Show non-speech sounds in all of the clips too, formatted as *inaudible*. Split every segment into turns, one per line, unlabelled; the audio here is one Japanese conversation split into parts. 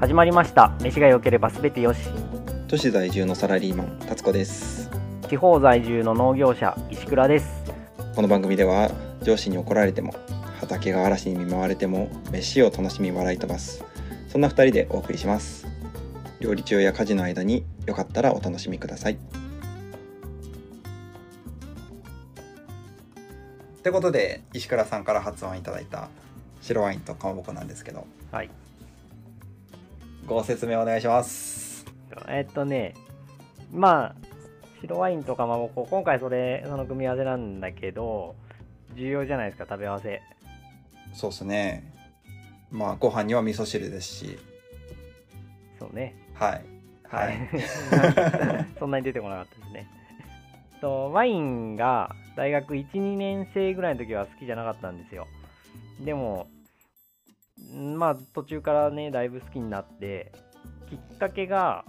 始まりました飯が良ければ全てよし
都市在住のサラリーマン達子です
地方在住の農業者石倉です
この番組では上司に怒られても畑が嵐に見舞われても飯を楽しみ笑い飛ばすそんな2人でお送りします料理中や家事の間によかったらお楽しみくださいってことで石倉さんから発案いただいた白ワインとかまぼこなんですけど
はい
ご説明お願いします
えっとねまあ白ワインとかまぼこ今回それその組み合わせなんだけど重要じゃないですか食べ合わせ
そうっすねまあご飯には味噌汁ですし
そうね
はいはい
そんなに出てこなかったですねとワインが大学12年生ぐらいの時は好きじゃなかったんですよでもんまあ途中からねだいぶ好きになってきっかけが、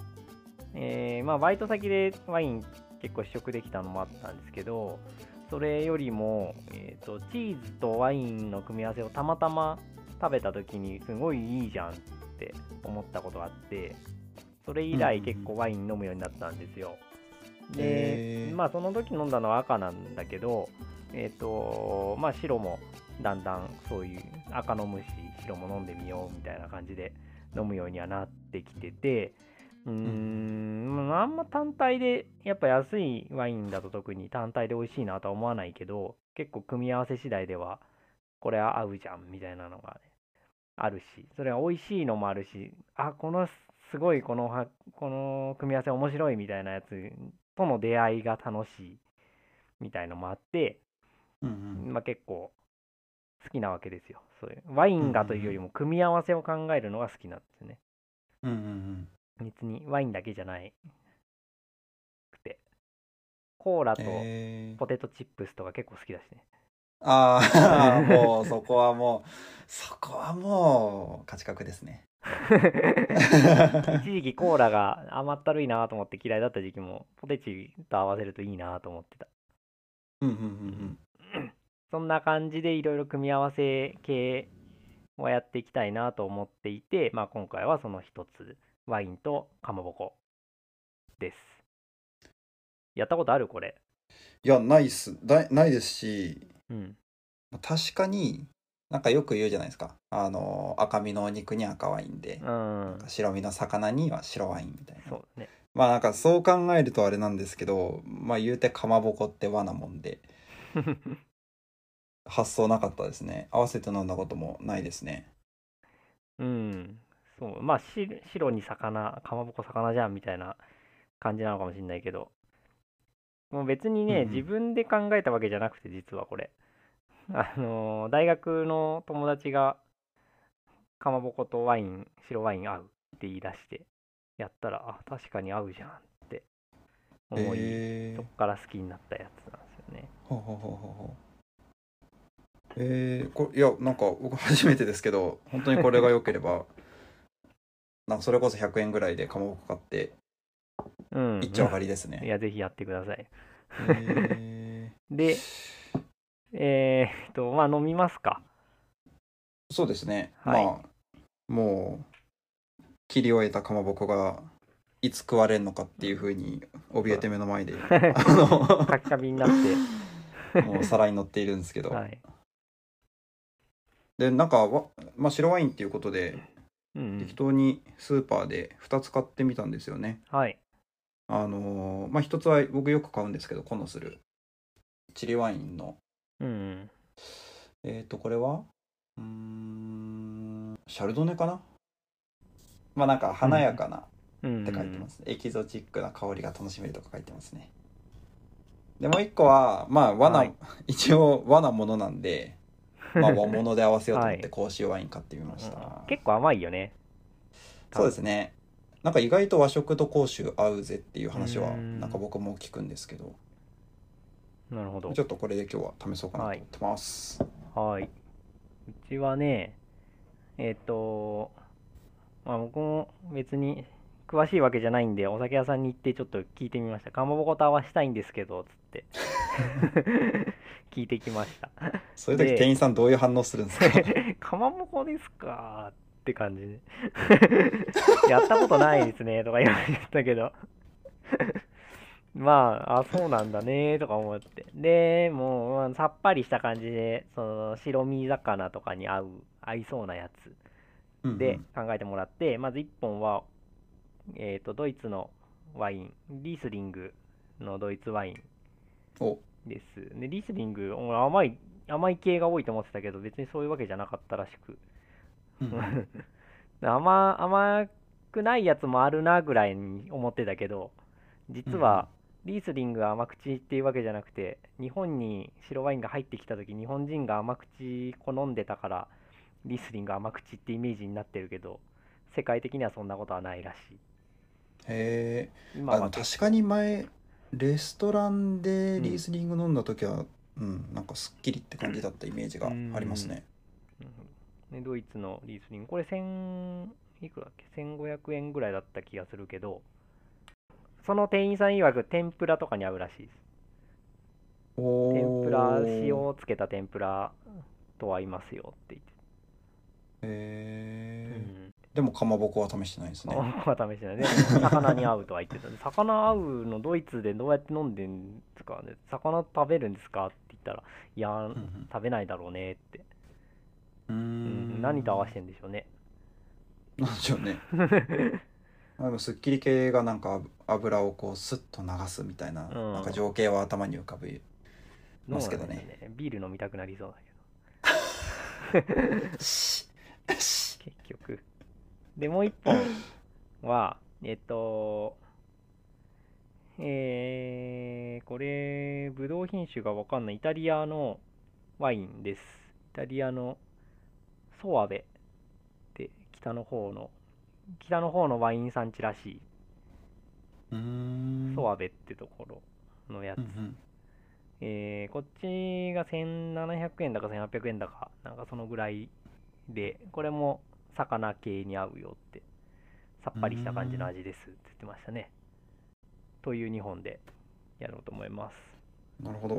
えーまあ、バイト先でワイン結構試食できたのもあったんですけどそれよりも、えー、とチーズとワインの組み合わせをたまたま食べた時にすごいいいじゃんって思ったことがあってそれ以来結構ワイン飲むようになったんですよ、で、
へー
まあその時飲んだのは赤なんだけどえっ、とまあ白もだんだんそういう赤飲むし白も飲んでみようみたいな感じで飲むようにはなってきててうーんあんま単体でやっぱ安いワインだと特に単体で美味しいなとは思わないけど結構組み合わせ次第ではこれは合うじゃんみたいなのが、ね、あるしそれは美味しいのもあるしあこのすごいこのはこの組み合わせ面白いみたいなやつとの出会いが楽しいみたいのもあって、
うんうん
まあ、結構好きなわけですよそういうワインがというよりも組み合わせを考えるのが好きなんですよね
うんうんうん
別にワインだけじゃないくてコーラと
えー
ポテトチップスとか結構好きだしね、 *laughs*
ああもうそこはもうそこはもう価値格ですね
一時期コーラが甘ったるいなと思って嫌いだった時期もポテチと合わせるといいなと思ってた
*laughs* うんうんうん
そんな感じでいろいろ組み合わせ系をやっていきたいなと思っていて、まあ、今回はその一つ、ワインとかまぼこです。やったことあるこれ。
いやないっすだないですし
うん。
確かになんかよく言うじゃないですかあの赤身のお肉に赤ワインで
う、ん。
白身の魚には白ワインみたいな
そうね。
まあなんかそう考えるとあれなんですけどまあ言うてかまぼこって和なもん
*laughs*
で発想なかったですね合わせて飲んだこともないですね
うん。そう。まあ、白白に魚、かまぼこ魚じゃんみたいな感じなのかもしれないけど、もう別にね、
うんうん
自分で考えたわけじゃなくて、実はこれ。 *laughs* あのー大学の友達が、かまぼことワイン、白ワイン合うって言い出して、やったら、あ、確かに合うじゃんって思い、
えー
そっから好きになったやつなんですよね。
ほうほうほうほうほうえー、これいやなんか僕初めてですけど本当にこれが良ければ *laughs* なんかそれこそ100円ぐらいでかまぼこ買って
うん。
一丁張りですね、
いや、ぜひやってください。
え
で、えーっと、まあ、飲みますか。
ーそうですね、
はい
まあもう切り終えたかまぼこがいつ食われるのかっていうふうに怯えて目
*laughs*
の前であ
カピカピになって。
のもう皿に乗っているんですけ
*laughs*
ど、
はい。
でなんかわ、まあ、白ワインっていうことで
うんうん
適当にスーパーで2つ買ってみたんですよね
はい。
あのーまあ一つは僕よく買うんですけどコノスルチリワインの
うんうん。
えっ、ー、とこれはうーんシャルドネかなまあなんか華やかな
うん。
って書い
*laughs*
てます、エキゾチックな香りが楽しめるとか書いてますねでもう一個はまあ和な、
はい
*laughs* 一応和なものなんで、まあ、和物で合わせようと思っ
は
て甲州ワイン買ってみました、
結構甘いよね。
そうですねなんか意外と和食と甲州合うぜっていう話は
うん
なんか僕も聞くんですけど
なるほど
ち。ょっとこれで今日は試そうかなと思ってます、
はい。うちはね、えっ、と、まあ僕も別に詳しいわけじゃないんで、お酒屋さんに行ってちょっと聞いてみました。かまぼこと合わしたいんですけど、つ
*laughs*
って。聞いてきました。
そういう時
で *laughs*
店員さんどういう反応するんですか
かまぼこですかっって感じ *laughs* でやったことないですねとか言われてたけど *laughs* まああそうなんだねとか思ってでもう、まあさっぱりした感じでその白身魚とかに合う合いそうなやつ
うんうん
で考えてもらって、まず1本は、えー、とドイツのワインリースリングのドイツワイン
お
ですでリースリング俺甘い甘い系が多いと思ってたけど別にそういうわけじゃなかったらしく
うんうん
*laughs* 甘甘くないやつもあるなぐらいに思ってたけど実はリースリングが甘口っていうわけじゃなくて日本に白ワインが入ってきた時日本人が甘口好んでたからリースリング甘口ってイメージになってるけど世界的にはそんなことはないらし
へえ
い今
あ
は
の確かに前レストランでリースリング飲んだ時はうんなんかすっきりって感じだったイメージがありますね
うんね、ドイツのリースリングこれ1000いくらだっけ1500円ぐらいだった気がするけどその店員さん曰く天ぷらとかに合うらしいです
お
天ぷら塩
ー
をつけた天ぷらと合いますよって
へ
言って、
えでもかまぼこは試してないです
うん、
ね
は試して
*laughs*
ないで魚に合うとは言ってた魚合うのドイツでどうやって飲んでんですかね魚食べるんですかって言ったらいやー
うん
食べないだろうねって、
う
うん
ん
何と合わせ
て
てんでしょうね
なんでしょう
*laughs*
ねあでもすっきり系がなんか油をこうスッと流すみたいな、
うん
なんか情景は頭に浮かぶますけどね
どうなんですかビール飲みたくなりそうだけど
しし
結局でもう一本はえっとえー、これブドウ品種がわかんないイタリアのワインですイタリアのソアベって北の方の北の方のワイン産地らし
うー
い
ん
ソアベってところのやつ、
うんうん
えーこっちが1700円だか1800円だかなんかそのぐらいでこれも魚系に合うよってさっぱりした感じの味ですって言ってましたねという2本でやろうと思います *laughs*
なるほど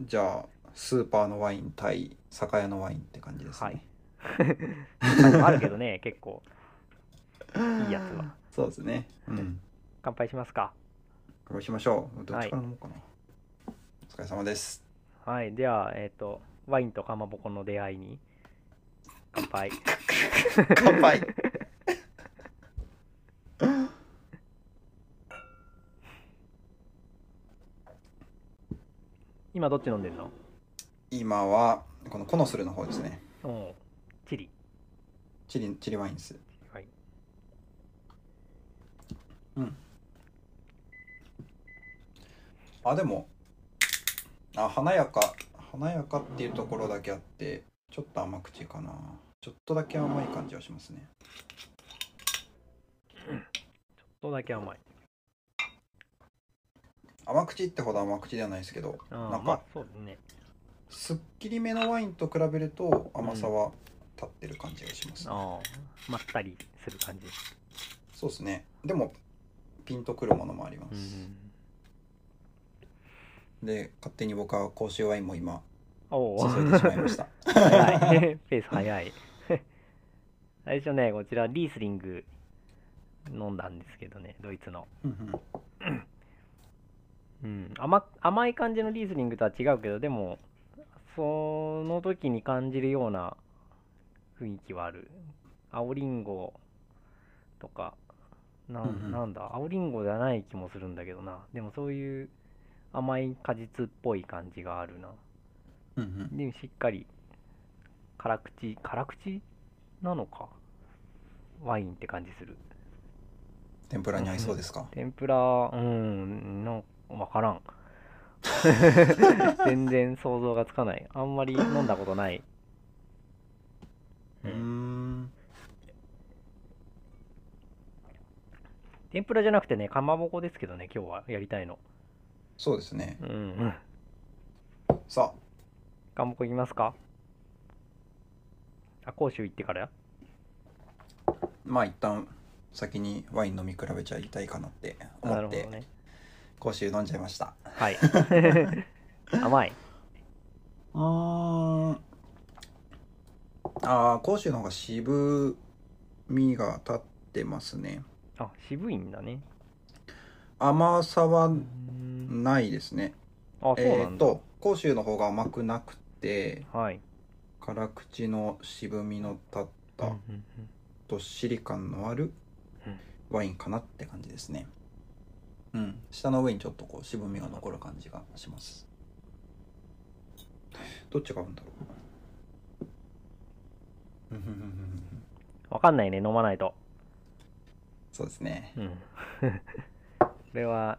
じゃあスーパーのワイン対酒屋のワインって感じですね、
はい他にもあるけどね結構いいやつは
*laughs* そうですねうん
乾杯しますか
こうしましょうどっ
はい
ちから飲もうかな、お疲れ様です
はいではえっ、とワインとかまぼこの出会いに乾杯
乾杯
*laughs* 今どっち飲んでるの
今はこのコノスルの方ですね
おうチリ
チリチリワインです
はい
うん。あ、でも、あ、華やか、華やかっていうところだけあって、ちょっと甘口かな。ちょっとだけ甘い感じはしますね。
ちょっとだけ甘い
甘口ってほど甘口ではないですけど、
あ
なん
ー
か
まあそうですね
すっきりめのワインと比べると甘さは立ってる感じがします。
ああまったりする感じ
そうですね。でも、ピンとくるものもありま
う
す。
ん
で、勝手に僕は甲州ワインも今、
おお
注いでしまいました。
早 *laughs* いペース早い最初ねこちらリースリング飲んだんですけどねドイツの、
*laughs* うんう
う
ん
ん、甘甘い感じのリースリングとは違うけどでもその時に感じるような雰囲気はある青リンゴとかな
うんうん
んなんだ青リンゴじゃない気もするんだけどなでもそういう甘い果実っぽい感じがあるな
うんうん。
でしっかり辛口辛口なのかワインって感じする
天ぷらに合いそうですか。
天ぷらうんの分からん *laughs* 全然想像がつかないあんまり飲んだことない、
うーん。
天ぷらじゃなくてねかまぼこですけどね今日はやりたいの
そうですね。
うんうん
さあ、
かまぼこ行きますかあ甲州行ってからや
まあ一旦先にワイン飲み比べちゃいたいかなって思
なる
っ
ほど
て、
ね
甲州飲んじゃいました
はい
*laughs*
甘いう
ーんああ甲州の方が渋みが立ってますね
あ渋いんだね
甘さは
うん
ないですね
あそう
え
な
ーっ
んだ、
と甲州の方が甘くなくて
はい
辛口の渋みの立っ
うん
た
うんうん
どっしり感のある
うん
ワインかなって感じですねうん下の上にちょっとこう渋みが残る感じがしますどっちが合うんだろううんうんうんうんうん
わかんないね飲まないと
そうですね *laughs*
うん *laughs* それは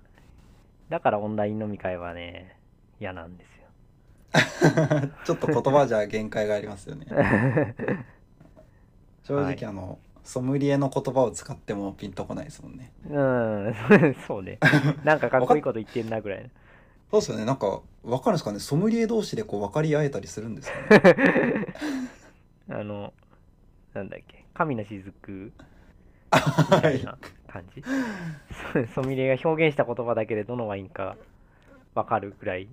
だからオンライン飲み会はね嫌なんですよ *laughs*
ちょっと言葉じゃ限界がありますよね正
は
直
い
あの、ソムリエの言葉を使ってもピンとこないですもんね
うん *laughs* そうねなんかかっこいいこと言ってんなぐらい *laughs* の
そうですよねなんか分かるんですかねソムリエ同士でこう分かり合えたりするんですかね
あの、なんだっけ、神の雫み
は
たい
い
な感じ。ソミレが表現した言葉だけでどのワインかわかるくらい、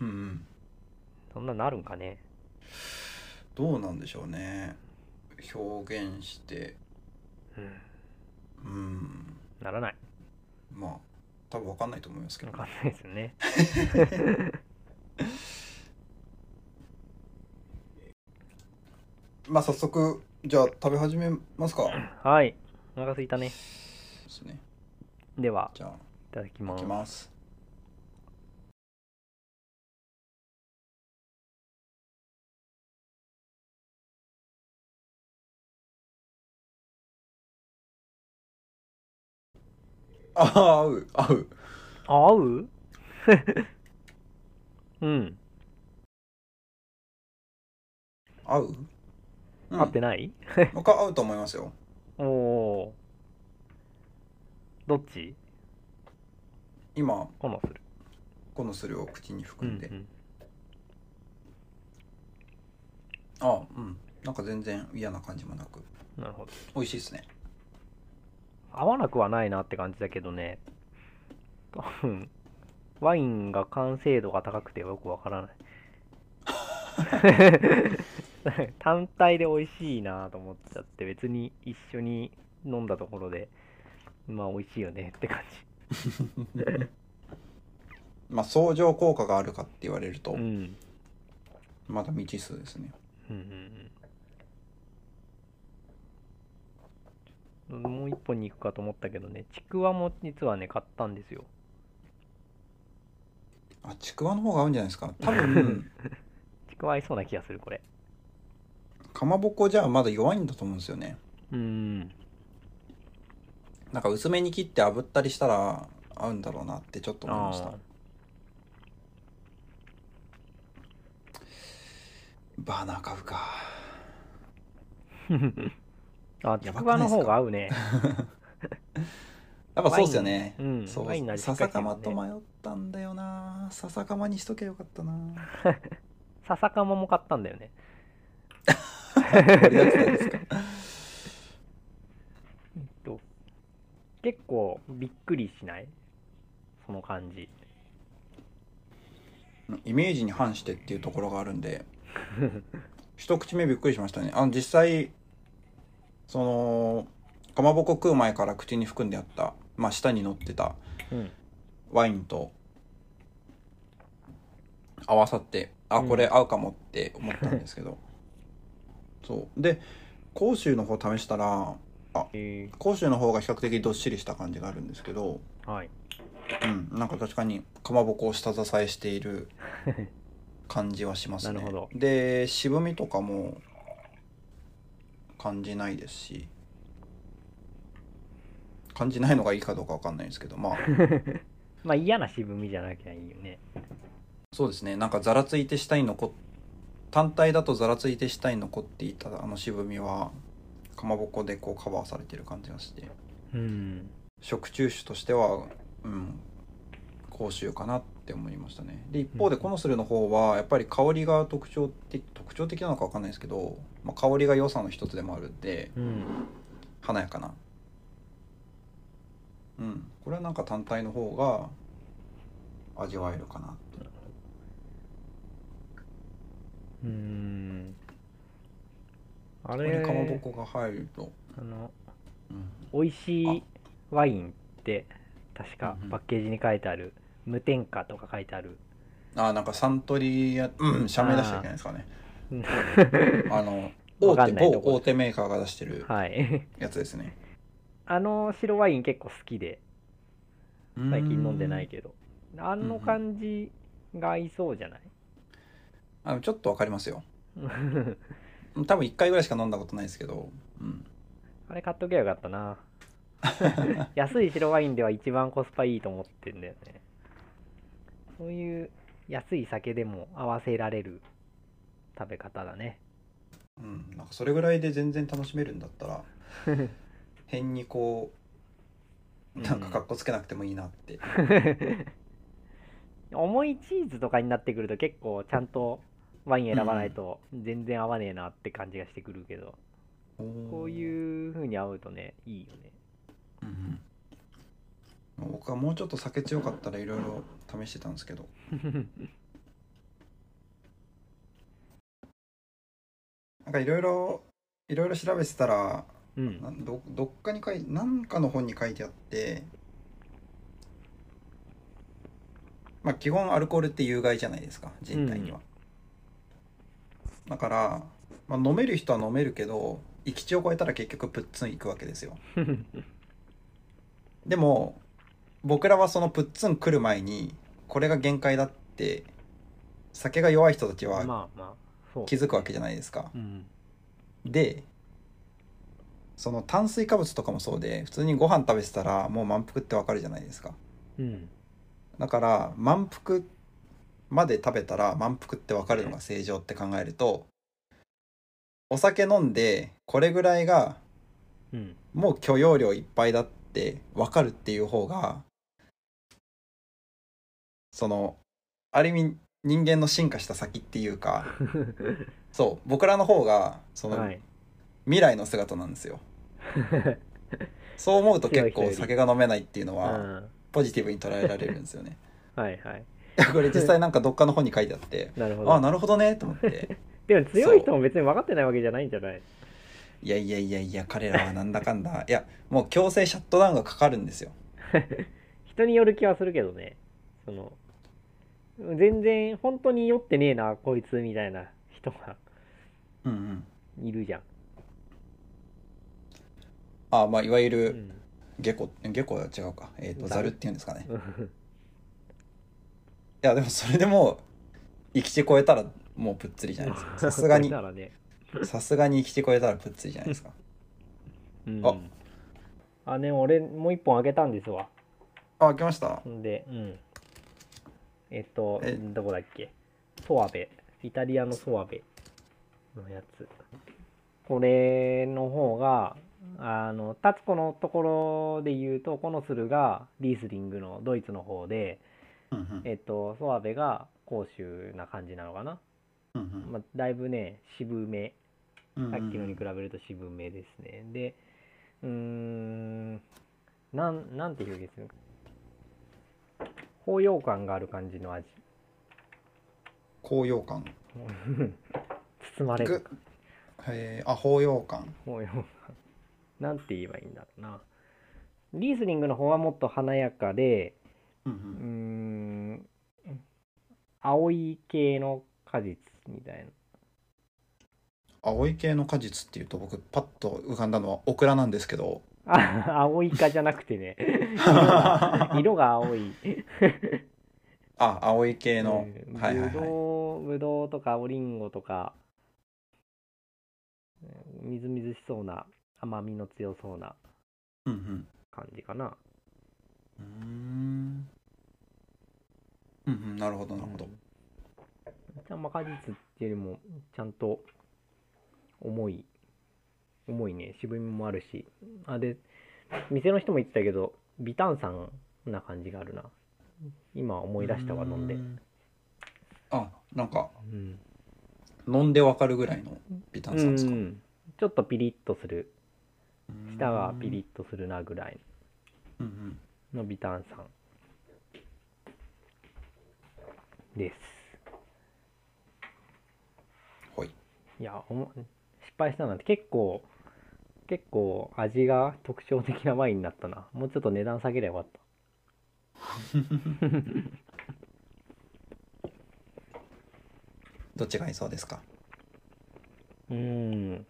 うんうん
そんなのあるんかね。
どうなんでしょうね表現して
うん、
うん
ならない。
まあ多分分かんないと思いますけ
わ
ど
かんないですよね。
まあ早速じゃあ食べ始めますか
はい。お腹すいたね。
ですね
では、
じゃあ
いただき
い
ます
き。ますああ合う合う
あ合う *laughs* うん。
合う、うん、
合ってない、
僕は合うと思いますよ
おおー。どっち
今
このする。
このスルを口に
う
含ん
ん
で、
うん、
ああうんなんか全然嫌な感じもなく
なるほど。
美味し
*laughs*
いですね
合わなくはないなって感じだけどね多分ワインが完成度が高くてよくわからない *laughs* 単体で美味しいなと思っちゃって別に一緒に飲んだところでまあ美味しいよねって感じ
まあ相乗効果があるかって言われると、
うんうん
まだ未知数ですね
うんうんもう一本に行くかと思ったけどねちくわも実はね買ったんですよ
あちくわの方が合うんじゃないですか多分
ちくわ合いそうな気がするこれ
かまぼこじゃまだ弱いんだと思うんですよね
うん
なんか薄めに切って炙ったりしたら合うんだろうなってちょっと思いました
あー
バーナー買うか
*laughs* あ、ち
やば
く
くな
わ
い
の
ですか
方が合うね。
やっぱそうですよね
ワインうん
そう
ワインの味しっか
笹
りしてる
か
ね
まと迷ったんだよな笹かまにしときゃよかったな
笹かまも買ったんだよね。
盛りだくさんで
*laughs*
すか
うんと結構びっくりしないその感じ。
イメージに反してっていうところがあるんで *laughs* 一口目びっくりしましたねあの実際そのかまぼこ食う前から口に含んであった、まあ、舌に乗ってた
うん。
ワインと合わさってあ
うん
これ合うかもって思ったんですけど、 *laughs* そうで甲州の方試したら
え
甲州の方が比較的どっしりした感じがあるんですけど
ーはい。
うん、なんか確かにかまぼこを下支えしている感じはしますね。
なるほど
で渋みとかも感じないですし感じないのがいいかどうかわかんないですけどまあ
*laughs* まあ嫌な渋みじゃなきゃいいよね。
そうですねなんかざらついて下に残っ単体だとざらついて下に残っていたあの渋みはかまぼこでこうカバーされてる感じがして
うん。
食中酒としてはうん甲州かなって思いましたねで一方で
うん
コノスルの方はやっぱり香りが特徴的特徴的なのかわかんないですけど、まあ、香りが良さの一つでもあるんで
うん。
華やかなうんこれはなんか単体の方が味わえるかな
うーん。あ
これ
れ
にかまぼこが入ると、
あの
うん、
美味しいワインって確か
うんうん
パッケージに書いてある、無添加とか書いてある
あなんかサントリーや、うん、社名出しちゃいけないですか
*laughs*
ねあの
わ
大
か
手
んないとこ
某大手メーカーが出してる
はい
やつですね
あの白ワイン結構好きで最近飲んでない
け
けどあの感じが合いそうじゃない、
どあのちょっとわかりますよ多分1回ぐらいしか飲んだことないですけど、うん、
あれ買っとけばよかったな *laughs* 安い白ワインでは一番コスパいいと思ってんだよねそういう安い酒でも合わせられる食べ方だね
うん、なんかそれぐらいで全然楽しめるんだったら変にこうなんかかっこつけなくてもいいなって、
重いチーズとかになってくると結構ちゃんとワイン選ばないと全然合わねえなって感じがしてくるけど、こう
う、
いう風に合うとねいいよね
うんうん、僕はもうちょっと酒強かったらいろいろ試してたんですけどなんかいろいろいろいろ調べてたら
うん
なんどどっかに書いなんかの本に書いてあってまあ基本アルコールって有害じゃないですか人体には、だから、まあ、飲める人は飲めるけど域値を超えたら結局プッツンいくわけですよでも僕らはそのプッツン来る前にこれが限界だって酒が弱い人たち
まあ
は
まあそう
気づくわけじゃないですか、
うん
でその炭水化物とかもそうで普通にご飯食べてたらもう満腹ってわかるじゃないですか
うん
だから満腹まで食べたら満腹ってわかるのが正常って考えるとお酒飲んでこれぐらいが
うん
もう許容量いっぱいだってわかるっていう方がそのある意味人間の進化した先っていうかそう僕らの方がそ
*laughs*
の
はい
未来の姿なんですよ。そう思うと結
強い
構
人よ
酒が飲めないっていうの
うん
はポジティブに捉えられるんですよ
*laughs*
ね。
はいはい
これ実際なんかどっかの本に書いてあって、
なるほど
あなるほどねと思って、
でも強い人も別に分かってないわけじゃないんじゃない
いやいやいやいや彼らはなんだかん
*laughs*
だ、いやもう強制シャットダウンがかかるんですよ。
人による気はするけどねその全然本当に酔ってねえなこいつみたいな人が
うんうん。
いるじゃん、
あまあいわゆ
う
る
ん
下戸、下戸は違うか、えっ、と
ざ
ザ
る
ルっていうんですかね。い
うん
やでもそれでも生き地超えたらもうぷっつりじゃないで
*laughs*
すか。さすがに
だからね
さすがに生き地超えたらぷっつりじゃないですか。
うん
あ
あね俺もう一本あげたんですわ
あ来ました。
んでうんえっと
え
どこだっけソアベイタリアのソアベのやつこれの方があのタツコのところで言うとコノスルがリースリングのドイツの方で
うんうん
えっとソアベが甲州な感じなのかな、
うんうん
まあ、だいぶね渋め
うんうん
さっきのに比べると渋めですね。で、うーん、なん、なんて表現する高揚感がある感じの味。 *laughs*
高揚感。
包まれる
ぐえー、あ包容感。
高揚感。なんて言えばいいんだろうな。リースリングの方はもっと華やかで、
うんう
うー
ん
ん、青い系の果実みたいな。 *laughs*
青い系の果実っていうと僕パッと浮かんだのはオクラなんですけど
あ、青いかじゃなくてね。 *laughs* 色が *laughs*
あ
色が青い。
青い系の、
うん
はいはい
ぶ
はい
どうぶどうとかおりんごとかうんみずみずしそうな甘みの強そうな
うん
感じかな
うんうーんうんうんなるほどなるほど、
うん、まあ果実っていうよりもちゃんと重い重いね渋みもあるしあで店の人も言ってたけど微炭酸な感じがあるな今思い出したわ飲んで
うあなんか
うん
飲んでわかるぐらいのビタン酸ですか
うんちょっとピリッとする舌がピリ
ッ
ッとするなぐらい
うんうん
のビタン酸です
ほい
いやおもしっ敗したなんて結構結構味が特徴的なワインになったなもうちょっと値段下げればよかった
どっちが合いそうですか
うーん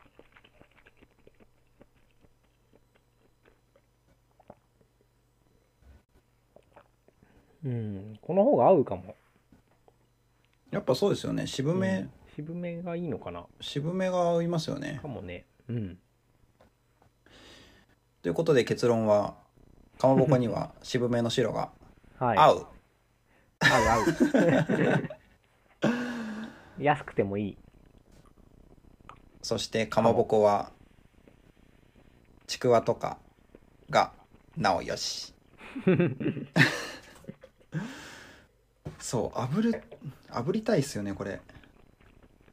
うん、この方が合うかも、
やっぱそうですよね渋
う
め、
ん渋めがいいのかな
渋めが合いますよね
かもねうん
ということで結論はかまぼこに
*laughs*
は渋めの白が
はい
合
う
う、
合う合う *laughs* 安くてもいい
そしてかまぼこはちくわとかがなおよしそう炙る炙りたいっすよねこれ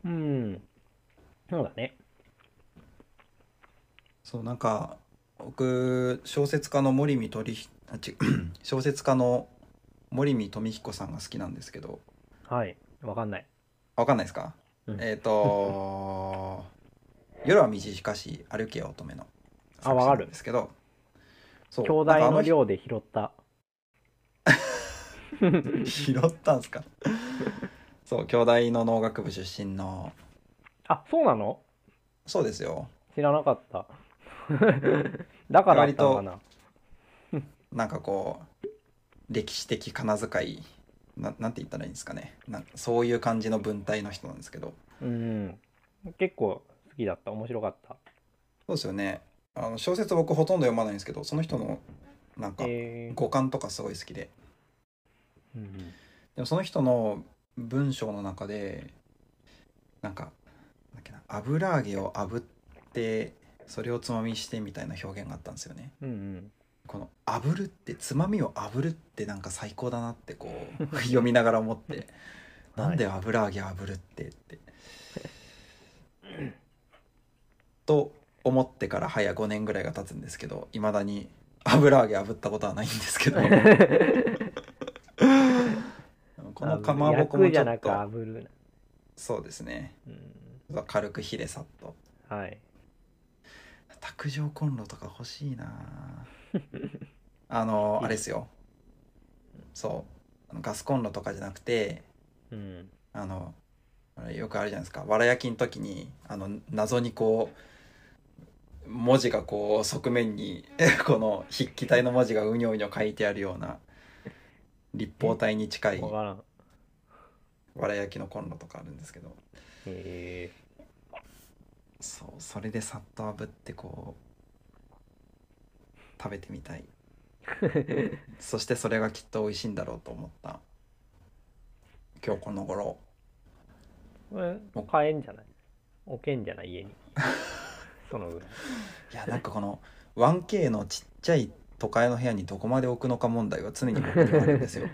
うんそうだね
そうなんか僕小説家の森見取りあち *clears throat* 小説家の森見富彦さんが好きなんですけど
はいわかんない
あわかんないですか、
うん
えっ、と夜は短し歩けよ乙女の
あわかる
なんですけどそう
兄弟
なんかあ
の
人
量で拾った
拾ったんすかそう京大の農学部出身の
あそうなの
そうですよ
知らなかった *laughs* だからだったのかな
なんかこう歴史的仮名遣いななんて言ったらいいんですかねなんそういう感じの文体の人なんですけど
うん結構好きだった面白かった
そうですよねあの小説僕ほとんど読まないんですけどその人のなんか
えー
五感とかすごい好きで
うんうん
でもその人の文章の中でなんかなんだっけな油揚げを炙ってそれをつまみにしてみたいな表現があったんですよね
うんうん
この「炙る」ってつまみを炙るってなんか最高だなってこう読みながら思って「なんで油揚げ炙るって」って。と思ってから早5年ぐらいが経つんですけどいまだに油揚げ炙ったことはないんで
*laughs*
すけどこのかまぼこも
焼く
ち
じ
ょ
ゃな
っ
く
と
炙るな
そうですね
うん
軽くヒレさっと
はい
卓上コンロとか欲しいなぁあのあれですよそうあのガスコンロとかじゃなくて
うん
あのあれよくあるじゃないですかわら焼きの時にあの謎にこう文字がこう側面に *laughs* この筆記体の文字がうにょうにょ書いてあるような立方体に近い
わ
わ
からん
ら焼きのコンロとかあるんですけど
え
そうそれでさっと炙ってこう食べてみたいそしてそれがきっと美味しいんだろうと思った今日この頃
ーこれ買えんじゃない置けんじゃない家
*laughs*
にそのぐらい
いやなんかこの 1K のちっちゃい都会の部屋にどこまで置くのか問題は常に僕にはあるんですよ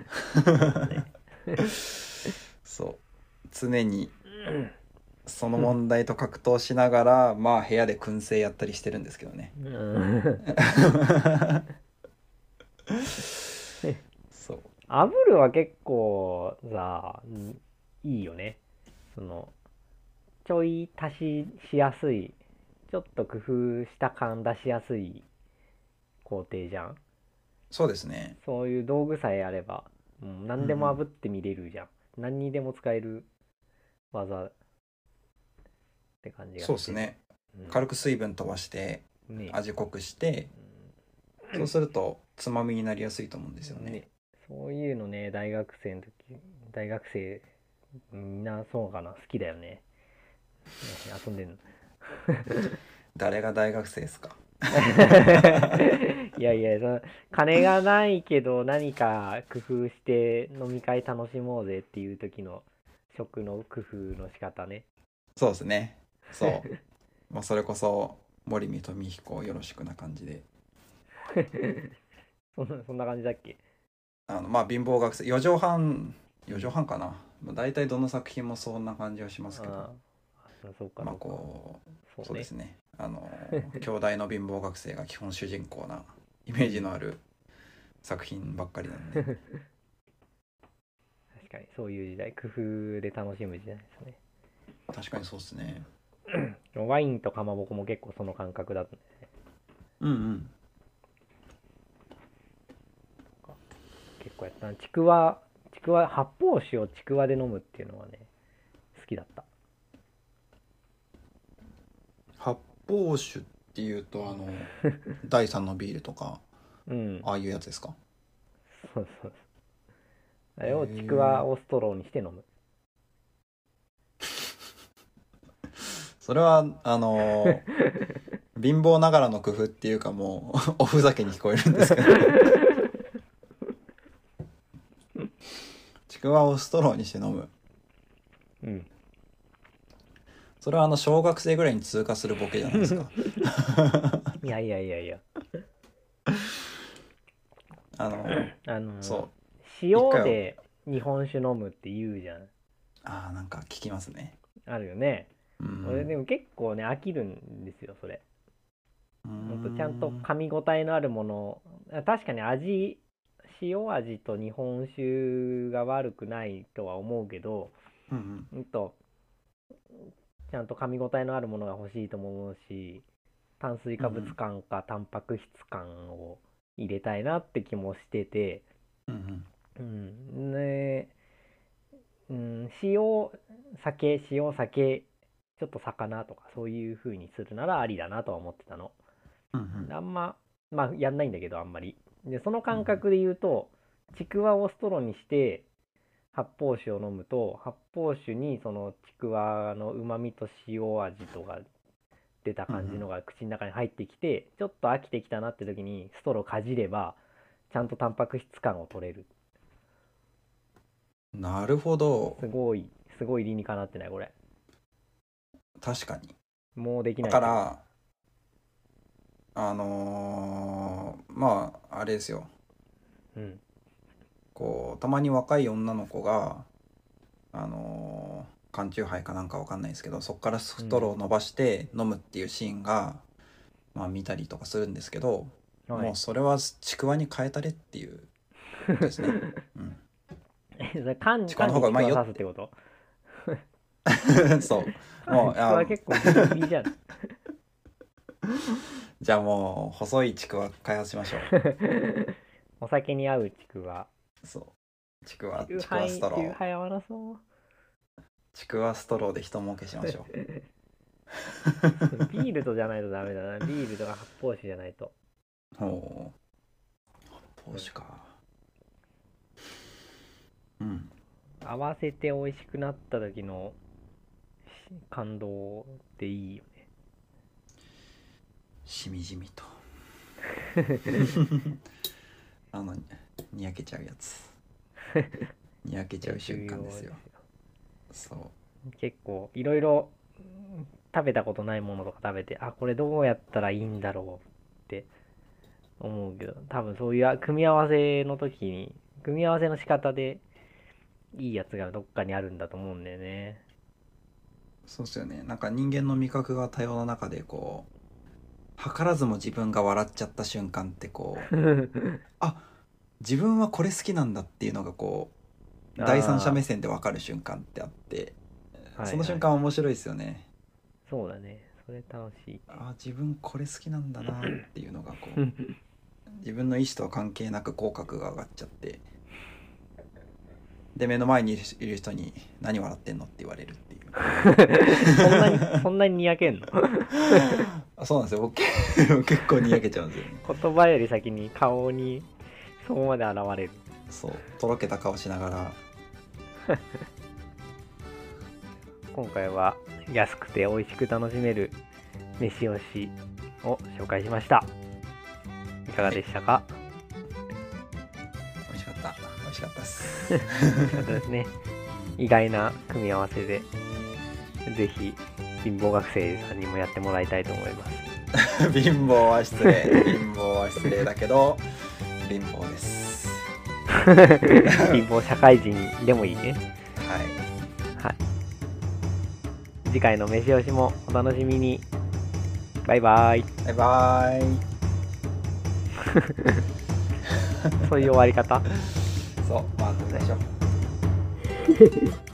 そう常にその問題と格闘しながらまあ部屋で燻製やったりしてるんですけどね
うん
そう
炙るは結構さんいいよねそのちょい足ししやすいちょっと工夫した感出しやすい工程じゃん
そうですね
そういう道具さえあれば、うん、何でも炙ってみれるじゃん、何にでも使える技って感じがして
そうです、ね
うん
軽く水分飛ばして
ね
味濃くしてそうするとつまみになりやすいと思うんですよね
ねそういうのね大学生の時大学生みんなそうかな好きだよねね遊んでるの *laughs*
誰が大学生ですか
いやいやその金がないけど何か工夫して飲み会楽しもうぜっていう時の食の工夫の仕方ね
そうですねそう
*laughs*
まあそれこそ森見富彦よろしくな感じで
そんなそんな感じだっけ
あのまあ貧乏学生4畳半4畳半かな、まあ、大体どの作品もそんな感じはしますけど
あーそうか
まあ
そうか
こう
そ
そう
うね
ですねあの
*laughs*
兄弟の貧乏学生が基本主人公なイメージのある作品ばっかりな
*laughs*
んで
確かにそういう時代工夫で楽しむ時代ですね
確かにそうですね
ワインとかまぼこも結構その感覚だったね
うんうん
結構やったなちくわちくわ発泡酒をちくわで飲むっていうのはね好きだった
発泡酒っていう
*laughs*
とあの第三のビールとか
うん
ああいうやつですか
そうそうあれをちくわをストローにして飲む
それは
*laughs*
あのー貧乏ながらの工夫っていうかもう *laughs* おふざけに聞こえるんです
*laughs*
けどちくわをストローにして飲む
うん
それはあの小学生ぐらいに通過するボケじゃないですか
*laughs* いやいやいやいや
あの
あのー
そう一
塩
回
で日本酒飲むって言うじゃん
ああなんか聞きますね
あるよね、
うん
俺でも結構ね飽きるんですよそれほんと
う
ちゃんと噛み応えのあるものあ確かに味塩味と日本酒が悪くないとは思うけど
うんうん
うんとちゃんと噛み応えのあるものが欲しいとも思うし炭水化物感かタンパク質感を入れたいなって気もしてて、
うん
う
うん
ん、ね、うん、塩、酒、塩、酒、ちょっと魚とかそういう風にするならありだなとは思ってたの。
うんうん
あんま、まあやんないんだけどあんまり。で、その感覚で言うと、ちくわをストローにして発泡酒を飲むと、発泡酒にそのちくわの旨味と塩味とか出た感じのが口の中に入ってきて、ちょっと飽きてきたなって時にストローかじれば、ちゃんとタンパク質感を取れる。
なるほど
すごい、すごい理にかなってない、これ。
確かに
もうできな
だ
い。
から、あのーまあ、あれですよ。
うん。
こう、たまに若い女の子が、あのー缶チューハイかなんかわかんないですけど、そこからストローを伸ばして飲むっていうシーンが、まあ見たりとかするんですけど、
はい *laughs*
もうそれはちくわに変えたれっていうこと
*laughs*
ですね。うん
えそれ缶
ちくわの方がうまいよ
缶にちくわ刺すってこと
*laughs* そう。
も
も
う、*laughs*
う、
ちくわ
あ
結構ビリビリじゃん。
じゃあもう、細いちくわ開発しましょう。
*laughs* お酒に合うちくわ。
そう。ちくわ、
チュー
ちく
ハ
わ
イ、
ス
チ
トロ
ュー
ー。
ハイ合わなそう。
ちくわストローで一儲けしましょう。
*laughs* ビールとじゃないとダメだな。ビールとか発泡酒じゃないと。
ほう。発泡酒か。うん。
合わせて美味しくなった時のし感動っていいよね。
しみじみ
*laughs*
と。 *laughs* あの、にやけちゃうや
*laughs*
つ。にやけちゃう瞬間ですよ。そう。
結構いろいろうん食べたことないものとか食べてあこれどうやったらいいんだろうって思うけど多分そういうあ組み合わせの時に組み合わせの仕方でいいやつがどっかにあるんだと思うんだよね
そうっすよね。なんか人間の味覚が多様な中で、こう、図らずも自分が笑っちゃった瞬間って、こう、あ自分はこれ好きなんだっていうのがこう
あー
第三者目線で分かる瞬間ってあって
はい
その瞬間は面白いですよね、
そうだねそれ楽しい
あ自分これ好きなんだなっていうのがこ
うん
う自分の意思とは関係なく口角が上がっちゃってで目の前にいるいる人に「何笑ってんの?」って言われるってい
*laughs*
う
そんなにそ *laughs* んなににやけんの
あそうなんですよ僕 *laughs* 僕結構にやけちゃうんですよね
言葉より先に顔にそこまで現れる
そうとろけた顔しながら
今回は安くて美味しく楽しめる飯押しを紹介しましたいかがでしたか
美味しかった美味しかったっ
*laughs*
す
美味しかったですね意外な組み合わせでぜひ貧乏学生さんにもやってもらいたいと思います
貧乏は失礼貧乏は失礼だけど貧乏です
貧乏社会人でもいいね
はい
次回の飯押しもお楽しみにバイバイ
バイバーイ
そういう終わり方
そうまあどうでしょう